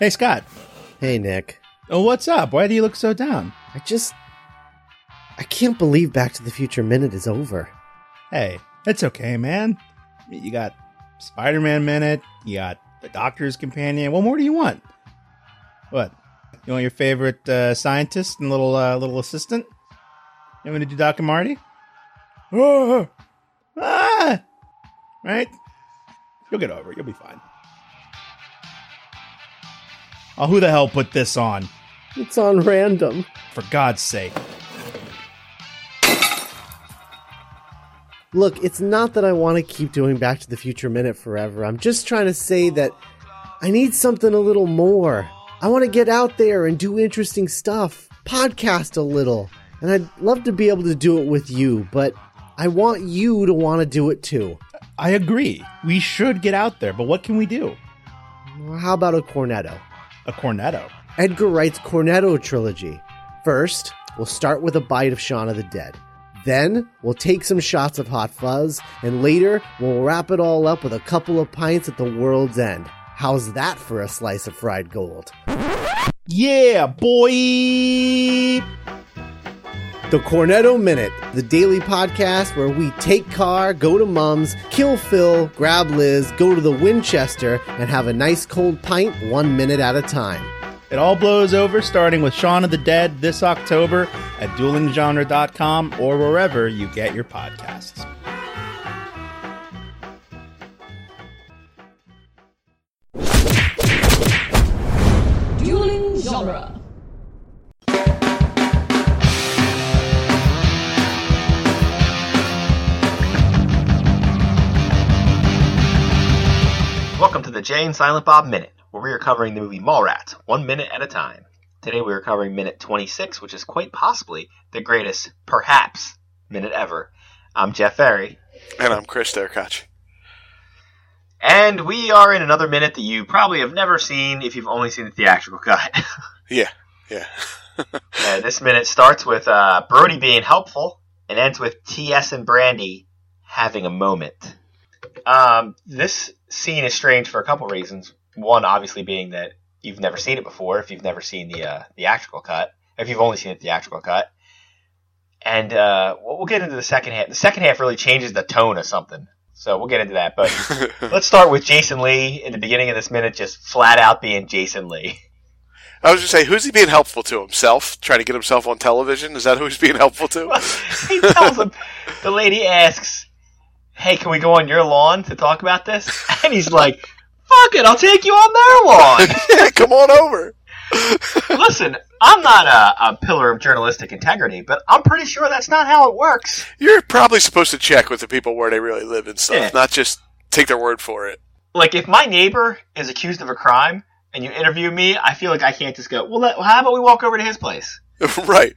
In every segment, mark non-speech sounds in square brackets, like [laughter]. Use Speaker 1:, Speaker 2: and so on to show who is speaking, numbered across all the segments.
Speaker 1: Hey, Scott.
Speaker 2: Hey, Nick.
Speaker 1: Oh, what's up? Why do you look so down?
Speaker 2: I just. I can't believe Back to the Future Minute is over.
Speaker 1: Hey, it's okay, man. You got Spider Man Minute, you got The Doctor's Companion. What more do you want? What? You want your favorite uh, scientist and little uh, little assistant? You want me to do Doc and Marty? Ah! [laughs] Ah! Right? You'll get over it. You'll be fine. Oh, who the hell put this on?
Speaker 2: It's on random.
Speaker 1: For God's sake.
Speaker 2: Look, it's not that I want to keep doing Back to the Future Minute forever. I'm just trying to say that I need something a little more. I want to get out there and do interesting stuff, podcast a little. And I'd love to be able to do it with you, but I want you to want to do it too.
Speaker 1: I agree. We should get out there, but what can we do?
Speaker 2: Well, How about a cornetto?
Speaker 1: A cornetto.
Speaker 2: Edgar Wright's Cornetto trilogy. First, we'll start with a bite of Shaun of the Dead. Then, we'll take some shots of Hot Fuzz, and later, we'll wrap it all up with a couple of pints at the world's end. How's that for a slice of fried gold?
Speaker 1: Yeah, boy!
Speaker 2: The Cornetto Minute, the daily podcast where we take car, go to Mum's, kill Phil, grab Liz, go to the Winchester, and have a nice cold pint one minute at a time.
Speaker 1: It all blows over starting with Shaun of the Dead this October at duelinggenre.com or wherever you get your podcasts.
Speaker 3: Dueling genre.
Speaker 4: Welcome to the Jay and Silent Bob Minute, where we are covering the movie Mallrats, one minute at a time. Today we are covering minute 26, which is quite possibly the greatest, perhaps, minute ever. I'm Jeff Ferry,
Speaker 5: And I'm Chris Derkach.
Speaker 4: and we are in another minute that you probably have never seen if you've only seen the theatrical cut. [laughs]
Speaker 5: Yeah, yeah.
Speaker 4: Uh, this minute starts with uh, Brody being helpful and ends with TS and Brandy having a moment. Um, this scene is strange for a couple reasons. One, obviously, being that you've never seen it before if you've never seen the uh, theatrical cut, if you've only seen the theatrical cut. And uh, we'll we'll get into the second half. The second half really changes the tone of something. So we'll get into that. But let's start with Jason Lee in the beginning of this minute, just flat out being Jason Lee.
Speaker 5: I was just saying, who's he being helpful to? Himself? Trying to get himself on television? Is that who he's being helpful to?
Speaker 4: he tells him. The lady asks, "Hey, can we go on your lawn to talk about this?" And he's like, "Fuck it, I'll take you on their
Speaker 5: [laughs] yeah, come on over.
Speaker 4: lawn." Listen, I'm not a, a pillar of journalistic integrity, but I'm pretty sure that's not how it works.
Speaker 5: You're probably supposed to check with the people where they really live and stuff,
Speaker 4: Yeah.
Speaker 5: not just take their word for it. [laughs]
Speaker 4: Like, if my neighbor is accused of a crime and you interview me, I feel like I can't just go, "Well, let, how about we walk over to his place?"
Speaker 5: right.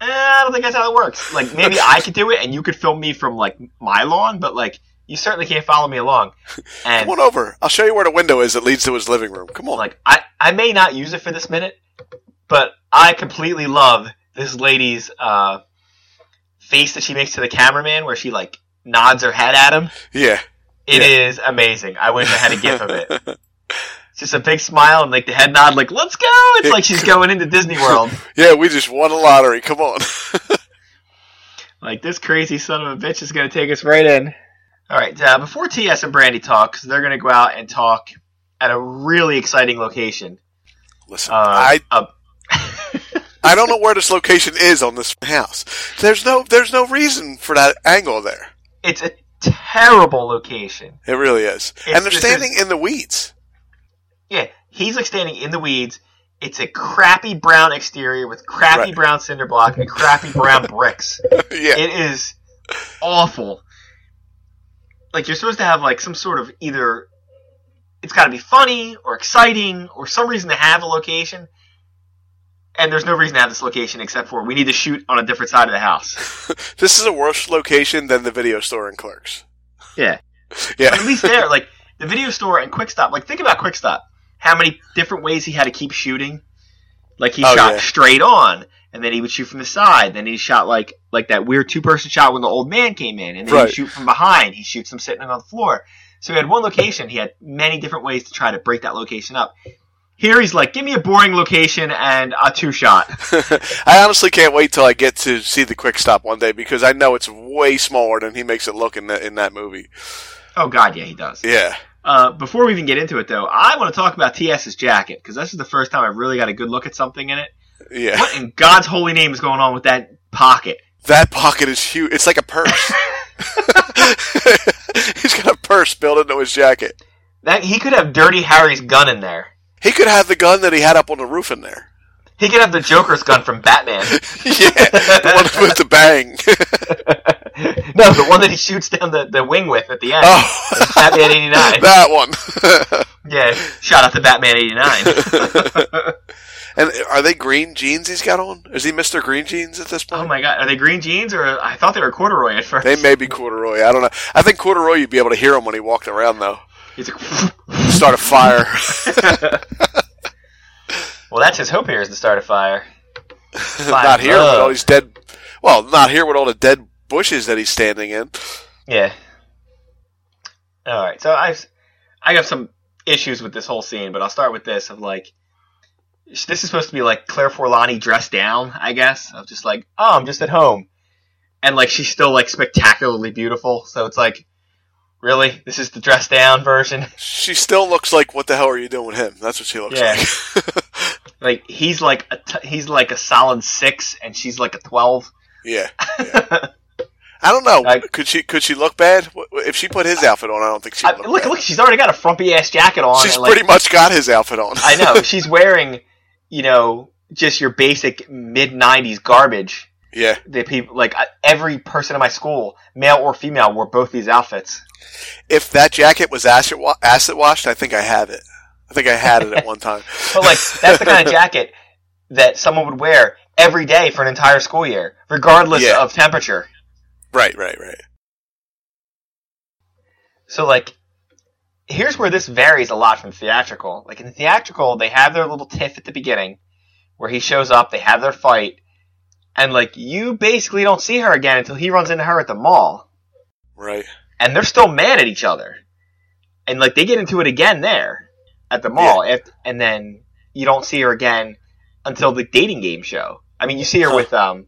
Speaker 4: Eh, I don't think that's how it works. Like, maybe I could do it, and you could film me from like my lawn, but like, you certainly can't follow me along. And
Speaker 5: Come on over. I'll show you where the window is that leads to his living room. Come on.
Speaker 4: like I, I may not use it for this minute, but I completely love this lady's uh, face that she makes to the cameraman where she like nods her head at him.
Speaker 5: yeah.
Speaker 4: It is amazing. I wish I had a gif of it.
Speaker 5: [laughs]
Speaker 4: It's just a big smile and like the head nod, like "Let's go!" It's like
Speaker 5: [laughs]
Speaker 4: she's going into Disney World.
Speaker 5: Yeah, we just won a lottery. Come on. [laughs]
Speaker 4: Like this crazy son of a bitch is going to take us right in. All right, uh, before TS and Brandy talk, 'cause they're going to go out and talk at a really exciting location.
Speaker 5: Listen,
Speaker 4: Uh,
Speaker 5: I
Speaker 4: uh,
Speaker 5: I don't know where this location is on this house. There's no there's no reason for that angle there.
Speaker 4: it's a terrible location.
Speaker 5: It really is.
Speaker 4: It's-
Speaker 5: and they're
Speaker 4: it's-
Speaker 5: standing in the weeds. [laughs]
Speaker 4: Yeah, he's like standing in the weeds. It's a crappy brown exterior with crappy
Speaker 5: Right.
Speaker 4: brown cinder block and crappy
Speaker 5: [laughs]
Speaker 4: brown bricks.
Speaker 5: yeah.
Speaker 4: It is awful. Like you're supposed to have like some sort of either it's got to be funny or exciting or some reason to have a location. And there's no reason to have this location except for we need to shoot on a different side of the house.
Speaker 5: This is a worse location than the video store in Clerks. [laughs]
Speaker 4: Yeah. But at
Speaker 5: Yeah,
Speaker 4: least there, like the video store and Quick Stop. Like think about Quick Stop. How many different ways he had to keep shooting? Like he
Speaker 5: Oh,
Speaker 4: shot
Speaker 5: yeah.
Speaker 4: straight on, and then he would shoot from the side. Then he shot like like that weird two person shot when the old man came in, and then
Speaker 5: Right.
Speaker 4: he shoot from behind. He shoots him sitting on the floor. So he had one location. He had many different ways to try to break that location up. Here he's like, give me a boring location and a two shot.
Speaker 5: I honestly can't wait till I get to see the quick stop one day because I know it's way smaller than he makes it look in that in that movie.
Speaker 4: Oh god, yeah, he does.
Speaker 5: Yeah,
Speaker 4: Uh, before we even get into it though, I want to talk about TS's jacket because this is the first time I really got a good look at something in it.
Speaker 5: yeah.
Speaker 4: What in God's holy name is going on with that pocket?
Speaker 5: That pocket is huge. It's like a purse. [laughs] He's got a purse built into his jacket.
Speaker 4: That he could have Dirty Harry's gun in there.
Speaker 5: He could have the gun that he had up on the roof in there.
Speaker 4: He could have the Joker's gun from
Speaker 5: [laughs]
Speaker 4: Batman.
Speaker 5: yeah, the one with the bang. [laughs]
Speaker 4: no, the one that he shoots down the, the wing with at the end.
Speaker 5: oh,
Speaker 4: Batman 89.
Speaker 5: [laughs] that one. [laughs]
Speaker 4: Yeah, shout out to Batman 89.
Speaker 5: and are they green jeans he's got on? Is he Mister Green Jeans at this point?
Speaker 4: oh my god, are they green jeans or I thought they were corduroy at first.
Speaker 5: They may be corduroy. I don't know. I think corduroy. You'd be able to hear him when he walked around, though.
Speaker 4: He's like, [laughs]
Speaker 5: Start a fire. [laughs]
Speaker 4: well, that's his hope here is to start a fire.
Speaker 5: not here with
Speaker 4: love.
Speaker 5: all these dead. Well, not here with all the dead bushes that he's standing in.
Speaker 4: Yeah. All right. So I, I have some issues with this whole scene, but I'll start with this of like, this is supposed to be like Claire Forlani dressed down, I guess. Of just like, oh, I'm just at home, and like she's still like spectacularly beautiful. So it's like, really, this is the dressed down version. [laughs]
Speaker 5: She still looks like what the hell are you doing with him? That's what she looks
Speaker 4: Yeah.
Speaker 5: like. [laughs]
Speaker 4: Like he's like a t- he's like a solid six, and she's like a twelve. [laughs]
Speaker 5: yeah. yeah. I don't know.
Speaker 4: I-
Speaker 5: could she could she look bad Wh- if she put his outfit on? I don't think she
Speaker 4: I,
Speaker 5: would look.
Speaker 4: look,
Speaker 5: bad.
Speaker 4: look, she's already got a frumpy ass jacket on.
Speaker 5: She's
Speaker 4: and, like,
Speaker 5: pretty much got his outfit on.
Speaker 4: I know she's wearing, you know, just your basic mid '90s garbage.
Speaker 5: [laughs] yeah.
Speaker 4: That people like I- every person in my school, male or female, wore both these outfits.
Speaker 5: If that jacket was acid, wa- acid washed, I think I have it. I think I had it at one time.
Speaker 4: [laughs] But like that's the kind
Speaker 5: [laughs]
Speaker 4: of jacket that someone would wear every day for an entire school year, regardless
Speaker 5: Yeah.
Speaker 4: of temperature.
Speaker 5: right, right, right.
Speaker 4: So like here's where this varies a lot from theatrical. Like in theatrical, they have their little tiff at the beginning where he shows up, they have their fight, and like you basically don't see her again until he runs into her at the mall.
Speaker 5: Right.
Speaker 4: and they're still mad at each other. And like they get into it again there at the mall, If- and then you don't see her again until the dating game show. I mean, you see her with um,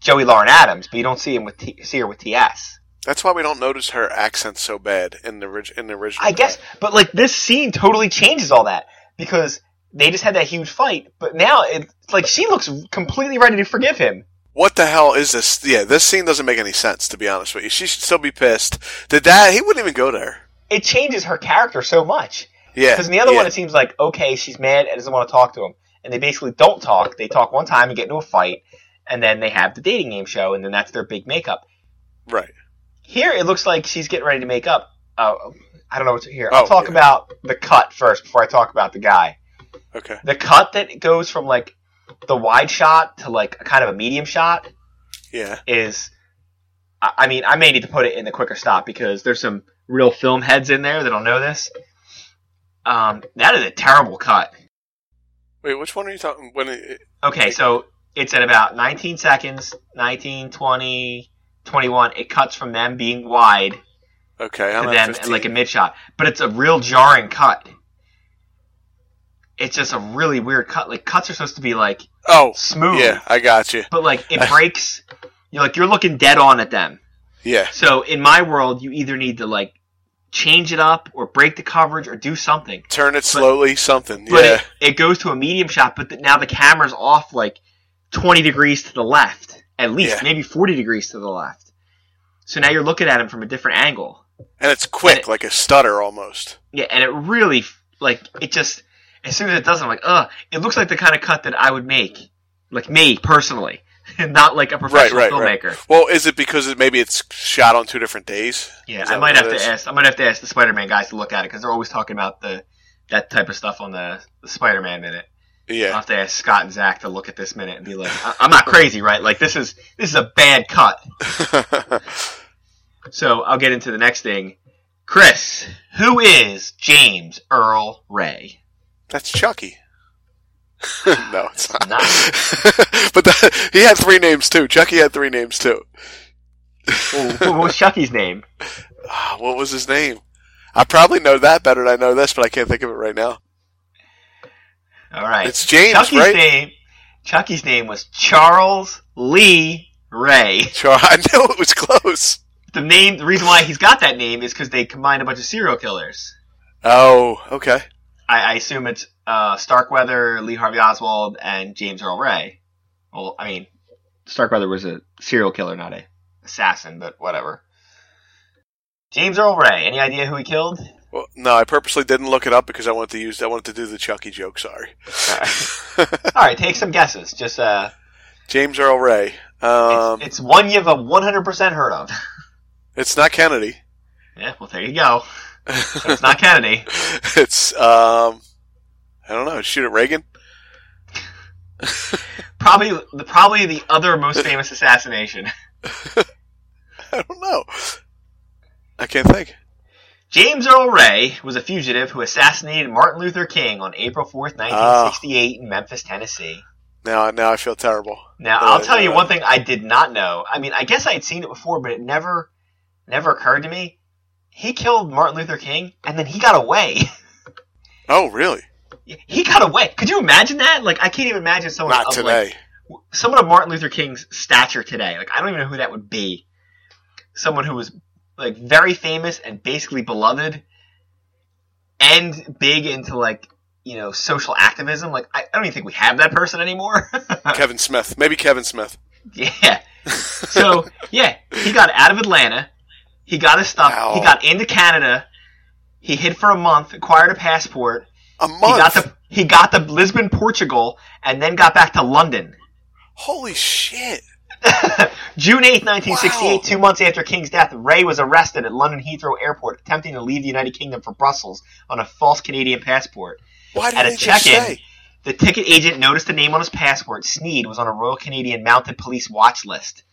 Speaker 4: Joey Lauren Adams, but you don't see him with T- see her with TS.
Speaker 5: That's why we don't notice her accent so bad in the orig- in the original.
Speaker 4: I guess, but like this scene totally changes all that because they just had that huge fight, but now it's like she looks completely ready to forgive him.
Speaker 5: What the hell is this? Yeah, this scene doesn't make any sense. To be honest with you, she should still be pissed. Did that? He wouldn't even go there.
Speaker 4: It changes her character so much.
Speaker 5: Yeah,
Speaker 4: Because in the other
Speaker 5: yeah.
Speaker 4: one, it seems like okay, she's mad and doesn't want to talk to him, and they basically don't talk. They talk one time and get into a fight, and then they have the dating game show, and then that's their big makeup.
Speaker 5: right.
Speaker 4: Here, it looks like she's getting ready to make up. Uh, I don't know what's here. I'll
Speaker 5: Oh,
Speaker 4: talk
Speaker 5: yeah.
Speaker 4: about the cut first before I talk about the guy.
Speaker 5: Okay.
Speaker 4: The cut that goes from like the wide shot to like a kind of a medium shot
Speaker 5: Yeah.
Speaker 4: is. I I mean, I may need to put it in the quicker stop because there's some real film heads in there that'll know this. Um, that is a terrible cut.
Speaker 5: Wait, which one are you talking? When it,
Speaker 4: Okay, so it's at about 19 seconds, 19, 20, 21. It cuts from them being wide
Speaker 5: okay,
Speaker 4: to
Speaker 5: I'm at
Speaker 4: them
Speaker 5: 15.
Speaker 4: like a mid shot, but it's a real jarring cut. It's just a really weird cut. Like cuts are supposed to be like
Speaker 5: oh,
Speaker 4: smooth,
Speaker 5: yeah, I got you.
Speaker 4: but like it
Speaker 5: I-
Speaker 4: breaks. You're like you're looking dead on at them.
Speaker 5: Yeah,
Speaker 4: So in my world, you either need to like change it up or break the coverage or do something.
Speaker 5: turn it slowly, something.
Speaker 4: But
Speaker 5: yeah,
Speaker 4: it, it goes to a medium shot, but th- now the camera's off like 20 degrees to the left, at least,
Speaker 5: Yeah.
Speaker 4: maybe 40 degrees to the left. So now you're looking at him from a different angle.
Speaker 5: and it's quick,
Speaker 4: it-
Speaker 5: like a stutter almost.
Speaker 4: Yeah, and it really, like, it just, as soon as it does, I'm like, ugh, it looks like the kind of cut that I would make. Like, me, personally. [laughs] and Not like a
Speaker 5: Right,
Speaker 4: professional
Speaker 5: right,
Speaker 4: filmmaker.
Speaker 5: right. Well, is it because it, maybe it's shot on two different days?
Speaker 4: Yeah,
Speaker 5: Is
Speaker 4: I
Speaker 5: that
Speaker 4: might
Speaker 5: what
Speaker 4: have
Speaker 5: it
Speaker 4: to
Speaker 5: is?
Speaker 4: ask. I might have to ask the Spider-Man guys to look at it because they're always talking about the that type of stuff on the, the Spider-Man minute. I'll
Speaker 5: Yeah,
Speaker 4: have to ask Scott and Zach to look at this minute and be like, I- "I'm not crazy, right? Like this is this is a bad cut." Uh,
Speaker 5: [laughs]
Speaker 4: So I'll get into the next thing. Chris, who is James Earl Ray?
Speaker 5: that's Chucky. [laughs] no, it's not.
Speaker 4: Not
Speaker 5: [laughs] but the, he had three names too. Chucky had three names too.
Speaker 4: Well, [laughs] what was Chucky's name?
Speaker 5: Ah, What was his name? I probably know that better than I know this, but I can't think of it right now.
Speaker 4: All right.
Speaker 5: It's James,
Speaker 4: Chucky's
Speaker 5: right?
Speaker 4: name. Chucky's name was Charles Lee Ray.
Speaker 5: Sure, [laughs] I knew it was close.
Speaker 4: The name, the reason why he's got that name is because they combined a bunch of serial killers.
Speaker 5: Oh, okay.
Speaker 4: I, I assume it's uh, Starkweather, Lee Harvey Oswald, and James Earl Ray. Well, I mean, Starkweather was a serial killer, not a assassin, but whatever. James Earl Ray. Any idea who he killed?
Speaker 5: Well, no, I purposely didn't look it up because I wanted to use. I wanted to do the Chucky joke. Sorry,
Speaker 4: All right, take some guesses. Just uh,
Speaker 5: James Earl Ray.
Speaker 4: it's,
Speaker 5: Um, it's,
Speaker 4: it's one you've a one hundred percent heard of. [laughs]
Speaker 5: not Kennedy. [laughs]
Speaker 4: yeah, well, there you go. So it's not Kennedy.
Speaker 5: It's um, I don't know. Shoot at Reagan. [laughs]
Speaker 4: Probably the probably the other most famous assassination.
Speaker 5: I don't know. I can't think.
Speaker 4: James Earl Ray was a fugitive who assassinated Martin Luther King on April 4th, 1968 in Memphis, Tennessee.
Speaker 5: Now, now I feel terrible.
Speaker 4: Now,
Speaker 5: Uh,
Speaker 4: I'll tell you
Speaker 5: uh,
Speaker 4: one thing I did not know. I mean, I guess I had seen it before, but it never never occurred to me. He killed Martin Luther King and then he got away. [laughs]
Speaker 5: Oh, really?
Speaker 4: he got away. Could you imagine that? Like I can't even imagine someone
Speaker 5: Not
Speaker 4: of, like,
Speaker 5: today.
Speaker 4: someone of Martin Luther King's stature today. Like I don't even know who that would be. Someone who was like very famous and basically beloved, and big into like you know social activism. Like I, I don't even think we have that person anymore. [laughs]
Speaker 5: Kevin Smith. Maybe Kevin Smith.
Speaker 4: yeah. So yeah, he got out of Atlanta. He got his stuff. He
Speaker 5: Ow.
Speaker 4: got into Canada. He hid for a month, acquired a passport.
Speaker 5: A
Speaker 4: He got
Speaker 5: month.
Speaker 4: the he got to Lisbon, Portugal, and then got back to London.
Speaker 5: Holy shit!
Speaker 4: June eighth, 1968,
Speaker 5: Wow.
Speaker 4: two months after King's death, Ray was arrested at London Heathrow Airport attempting to leave the United Kingdom for Brussels on a false Canadian passport.
Speaker 5: Why
Speaker 4: At
Speaker 5: did
Speaker 4: a
Speaker 5: they just
Speaker 4: check-in.
Speaker 5: say?
Speaker 4: The ticket agent noticed a name on his passport. Sneed was on a Royal Canadian Mounted Police watch list.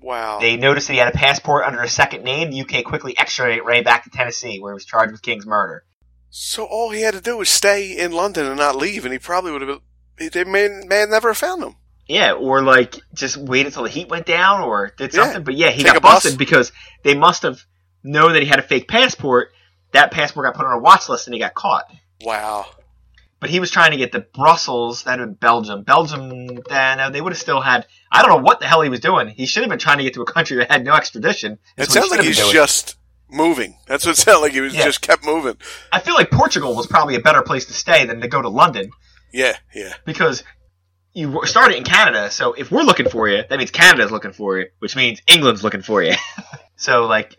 Speaker 5: Wow.
Speaker 4: They noticed that he had a passport under a second name. The UK quickly extradited Ray back to Tennessee, where he was charged with King's murder.
Speaker 5: so all he had to do was stay in London and not leave, and he probably would have. been... he- They may, may have never found him.
Speaker 4: Yeah, or like just waited till the heat went down or did
Speaker 5: Yeah.
Speaker 4: something. But yeah, he
Speaker 5: Take a
Speaker 4: got
Speaker 5: bus.
Speaker 4: busted because they must have known that he had a fake passport. That passport got put on a watch list and he got caught.
Speaker 5: Wow.
Speaker 4: But he was trying to get to Brussels, that in Belgium. Belgium, eh, no, they would have still had. I don't know what the hell he was doing. He should have been trying to get to a country that had no extradition.
Speaker 5: It
Speaker 4: That's what
Speaker 5: sounds like
Speaker 4: should have
Speaker 5: he's
Speaker 4: been doing.
Speaker 5: just moving. That's what it sounded like. He was
Speaker 4: Yeah.
Speaker 5: just kept moving.
Speaker 4: I feel like Portugal was probably a better place to stay than to go to London
Speaker 5: Yeah, yeah.
Speaker 4: because you started in Canada. So if we're looking for you, that means Canada's looking for you, which means England's looking for you. [laughs] so like,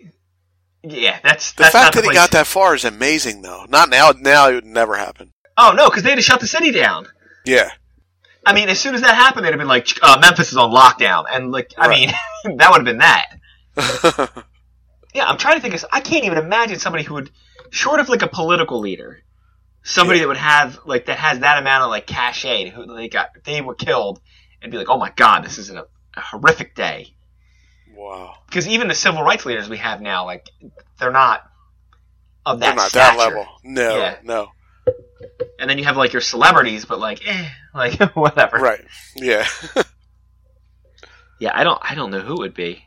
Speaker 4: yeah, that's
Speaker 5: The
Speaker 4: that's not
Speaker 5: fact
Speaker 4: the
Speaker 5: that he
Speaker 4: place-
Speaker 5: got that far is amazing, though. Not now. Now it would never happen.
Speaker 4: Oh no, because they'd have shut the city down.
Speaker 5: Yeah, [laughs]
Speaker 4: I mean, as soon as that happened, they'd have been like, uh, Memphis is on lockdown, and like, I
Speaker 5: Right.
Speaker 4: mean, [laughs] that would have been that.
Speaker 5: I
Speaker 4: yeah, I'm trying to think of. I can't even imagine somebody who would, short of like a political leader, somebody
Speaker 5: Yeah.
Speaker 4: that would have like that has that amount of like cachet. Who they got, if they were killed, and be like, oh my god, this is a, a horrific day.
Speaker 5: Wow.
Speaker 4: Because even the civil rights leaders we have now, like, they're not of that
Speaker 5: They're not
Speaker 4: stature.
Speaker 5: that level. No,
Speaker 4: Yeah.
Speaker 5: no.
Speaker 4: And then you have like your celebrities, but like, eh, [laughs] like whatever.
Speaker 5: Right. Yeah. [laughs]
Speaker 4: Yeah, I don't. I don't know who it would be.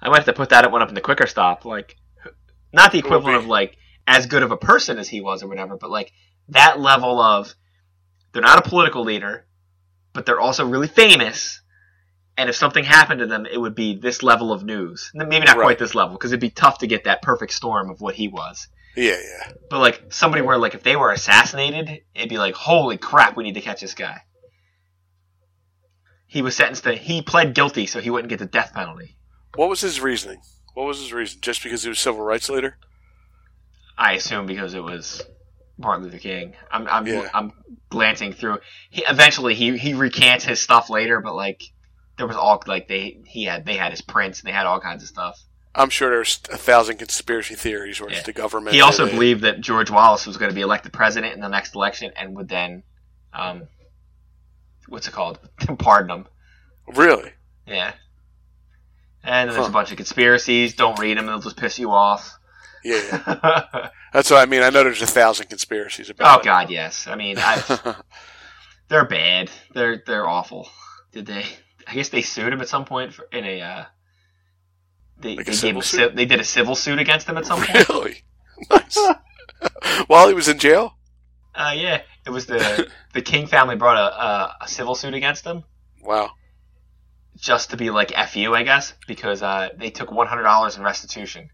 Speaker 4: I might have to put that one up in the quicker stop. Like, not the
Speaker 5: Who would
Speaker 4: equivalent
Speaker 5: be?
Speaker 4: of like as good of a person as he was or whatever, but like that level of they're not a political leader, but they're also really famous. And if something happened to them, it would be this level of news. Maybe not
Speaker 5: Right.
Speaker 4: quite this level because it'd be tough to get that perfect storm of what he was.
Speaker 5: Yeah, yeah.
Speaker 4: But like somebody where like if they were assassinated, it'd be like, holy crap, we need to catch this guy. He was sentenced to he pled guilty, so he wouldn't get the death penalty.
Speaker 5: What was his reasoning? What was his reason? Just because he was civil rights leader?
Speaker 4: I assume because it was Martin Luther King. I'm I'm
Speaker 5: Yeah.
Speaker 4: I'm glancing through. He eventually he he recants his stuff later, but like there was all like they he had they had his prints and they had all kinds of stuff.
Speaker 5: I'm sure there's a thousand conspiracy theories where
Speaker 4: Yeah.
Speaker 5: it's the government.
Speaker 4: He also
Speaker 5: and they-
Speaker 4: believed that George Wallace was going to be elected president in the next election and would then, um, what's it called, [laughs] pardon him.
Speaker 5: Really?
Speaker 4: Yeah. And there's
Speaker 5: Huh.
Speaker 4: a bunch of conspiracies. Don't read them; they'll just piss you
Speaker 5: [laughs]
Speaker 4: off. [laughs]
Speaker 5: Yeah, yeah.
Speaker 4: oh
Speaker 5: That's what I mean. I know there's a thousand conspiracies about it.
Speaker 4: God, yes. I mean,
Speaker 5: [laughs]
Speaker 4: I, they're bad. They're they're awful. Did they? I guess they sued him at some point for, in a. Uh, they
Speaker 5: Like
Speaker 4: they,
Speaker 5: a
Speaker 4: gave
Speaker 5: civil
Speaker 4: a,
Speaker 5: suit?
Speaker 4: ci- they did
Speaker 5: [laughs]
Speaker 4: a civil suit against him at some point.
Speaker 5: really? Nice. While he was in jail?
Speaker 4: Uh, yeah, it was the the King family brought a, a, a civil suit against them
Speaker 5: Wow.
Speaker 4: just to be like "f you," I guess, because uh, they took one hundred dollars in restitution.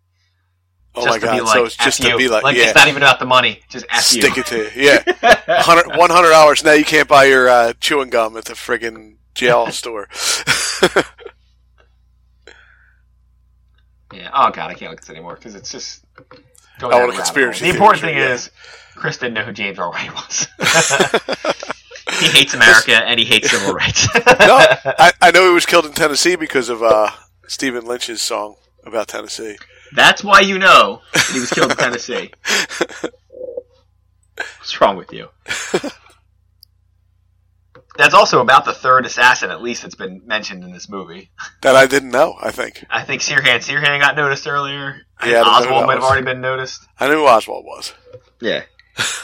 Speaker 5: Oh
Speaker 4: just
Speaker 5: my
Speaker 4: to
Speaker 5: god.
Speaker 4: Be like,
Speaker 5: so it's just
Speaker 4: "F you."
Speaker 5: to be like, yeah,
Speaker 4: it's not even about the money. Just f
Speaker 5: stick
Speaker 4: you.
Speaker 5: it to yeah.
Speaker 4: [laughs]
Speaker 5: 100, 100 hours. Now you can't buy your uh, chewing gum at the friggin'
Speaker 4: [laughs]
Speaker 5: jail store. [laughs]
Speaker 4: Yeah. Oh god, I can't look at this anymore because it's just. Going down
Speaker 5: Oh, what a
Speaker 4: rabbit hole.
Speaker 5: conspiracy
Speaker 4: The important
Speaker 5: theory,
Speaker 4: thing
Speaker 5: yeah.
Speaker 4: is, Chris didn't know who James Earl Ray was.
Speaker 5: [laughs]
Speaker 4: he hates America and he hates civil rights. [laughs]
Speaker 5: [laughs] no, I, I know he was killed in Tennessee because of uh, Stephen Lynch's song about Tennessee.
Speaker 4: That's why you know that he was killed in Tennessee. What's wrong with
Speaker 5: [laughs]
Speaker 4: you? That's also about the third assassin, at least, that's been mentioned in this movie.
Speaker 5: That I didn't know. I think
Speaker 4: I think Sirhan Sirhan got noticed earlier. I
Speaker 5: Yeah,
Speaker 4: think
Speaker 5: I don't know who that
Speaker 4: Oswald might have
Speaker 5: was.
Speaker 4: already been noticed.
Speaker 5: I knew who Oswald was.
Speaker 4: Yeah.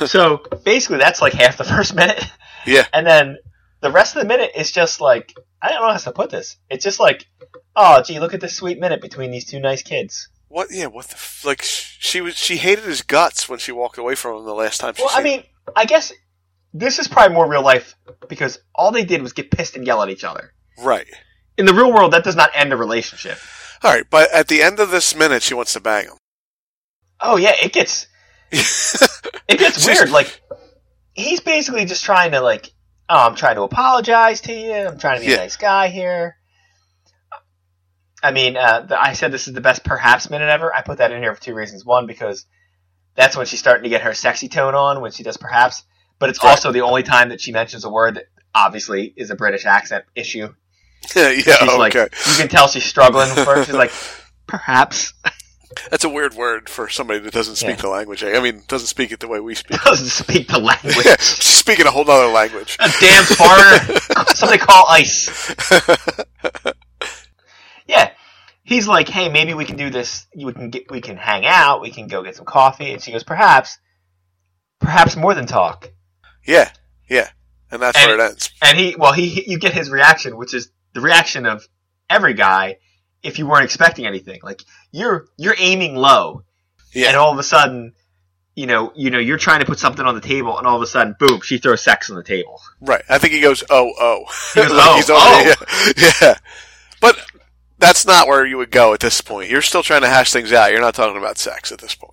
Speaker 4: so basically, that's like half the first [laughs] minute.
Speaker 5: Yeah.
Speaker 4: And then the rest of the minute is just like I don't know how else to put this. It's just like, oh, gee, look at this sweet minute between these two nice kids.
Speaker 5: What? Yeah. What the? F- like sh- she was. She hated his guts when she walked away from him the last time. She
Speaker 4: Well, I
Speaker 5: seen him.
Speaker 4: mean, I guess this is probably more real life because all they did was get pissed and yell at each other.
Speaker 5: right.
Speaker 4: In the real world, that does not end a relationship.
Speaker 5: All right. But at the end of this minute, she wants to bang him. [laughs]
Speaker 4: Oh yeah, it gets it gets
Speaker 5: She's-
Speaker 4: weird. Like he's basically just trying to like, oh, I'm trying to apologize to you. I'm trying to be
Speaker 5: Yeah.
Speaker 4: a nice guy here. I mean, uh, the, I said this is the best perhaps minute ever. I put that in here for two reasons. One, because that's when she's starting to get her sexy tone on when she does perhaps. But it's
Speaker 5: Right.
Speaker 4: also the only time that she mentions a word that obviously is a British accent issue.
Speaker 5: yeah. Yeah.
Speaker 4: She's like,
Speaker 5: Okay.
Speaker 4: you can tell she's struggling. With her. She's like, perhaps [laughs]
Speaker 5: That's a weird word for somebody that doesn't speak
Speaker 4: Yeah.
Speaker 5: the language. I mean, doesn't speak it [laughs] the way
Speaker 4: [laughs]
Speaker 5: we speak.
Speaker 4: doesn't speak the language.
Speaker 5: Yeah, she's speaking a whole other language.
Speaker 4: a damn foreigner. so they call ice. Yeah, he's like, hey, maybe we can do this. We can get, we can hang out. We can go get some coffee. And she goes, perhaps, perhaps more than talk.
Speaker 5: yeah. Yeah. And that's
Speaker 4: And-
Speaker 5: where it ends.
Speaker 4: And he, well, he, he- you get his reaction, which is the reaction of every guy if you weren't expecting anything. Like you're you're aiming low,
Speaker 5: Yeah.
Speaker 4: and all of a sudden. You know, you know, you're trying to put something on the table, and all of a sudden, boom! She throws sex on the table.
Speaker 5: Right. I think he goes, oh, oh.
Speaker 4: He goes,
Speaker 5: [laughs] Like,
Speaker 4: "Oh,
Speaker 5: already- Yeah. [laughs] Yeah. But that's not where you would go at this point. You're still trying to hash things out. You're not talking about sex at this point.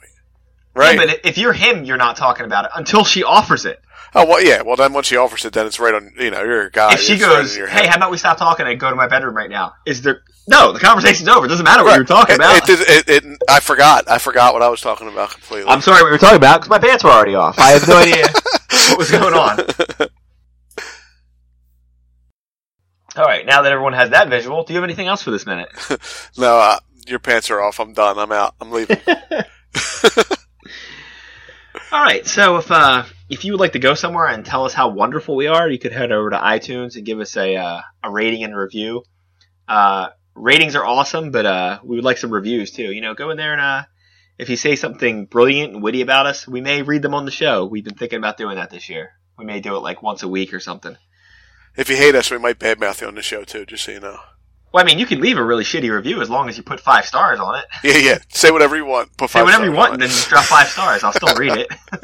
Speaker 5: Right?
Speaker 4: Yeah, but if you're him, you're not talking about it until she offers it.
Speaker 5: oh, well, yeah. Well, then once she offers it, then it's right on, you know, Ah, you're a guy.
Speaker 4: if she
Speaker 5: it's right
Speaker 4: goes,
Speaker 5: in your
Speaker 4: "Hey,
Speaker 5: head."
Speaker 4: how about we stop talking and go to my bedroom right now?" Is there no? The conversation's over. It doesn't matter what
Speaker 5: Right.
Speaker 4: you were talking
Speaker 5: It-
Speaker 4: about.
Speaker 5: It, did- it, it, I forgot. I forgot what I was talking about completely.
Speaker 4: I'm sorry, what we were talking about because my pants were already off. I have no idea what was going on. All right, now that everyone has that visual, do you have anything else for this minute?
Speaker 5: [laughs] no, uh, your pants are off. I'm done. I'm out. I'm leaving.
Speaker 4: [laughs] All right, so if uh, if you would like to go somewhere and tell us how wonderful we are, you could head over to iTunes and give us a uh, a rating and review. Uh, ratings are awesome, but uh, we would like some reviews too. You know, go in there and uh, if you say something brilliant and witty about us, we may read them on the show. We've been thinking about doing that this year. We may do it like once a week or something.
Speaker 5: if you hate us, we might badmouth you on the show, too, just so you know.
Speaker 4: Well, I mean, you can leave a really shitty review as long as you put five stars on it.
Speaker 5: Yeah, yeah. Say whatever you want. Put
Speaker 4: Say
Speaker 5: five
Speaker 4: whatever you
Speaker 5: stars
Speaker 4: want,
Speaker 5: on
Speaker 4: and
Speaker 5: it.
Speaker 4: then just drop five stars. I'll still read it. [laughs]
Speaker 5: [laughs]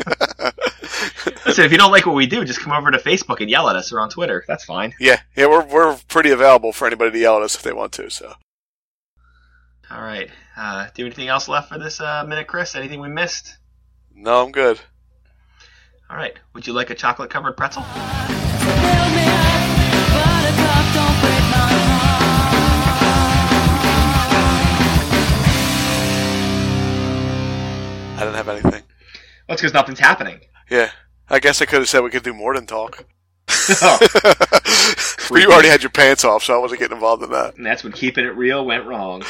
Speaker 4: Listen, if you don't like what we do, just come over to Facebook and yell at us or on Twitter. That's fine.
Speaker 5: Yeah, yeah, we're we're pretty available for anybody to yell at us if they want to. So
Speaker 4: All right. Uh, do you have anything else left for this uh, minute, Chris? Anything we missed?
Speaker 5: no, I'm good.
Speaker 4: All right. Would you like a chocolate covered pretzel?
Speaker 3: Build me up, buttercup, don't break my heart.
Speaker 5: I didn't have anything.
Speaker 4: That's because nothing's happening. [laughs]
Speaker 5: Yeah, I guess I could have said we could do more than talk. [laughs]
Speaker 4: Oh,
Speaker 5: but you already had your pants off, so I wasn't getting involved in that.
Speaker 4: and that's when keeping it real went wrong.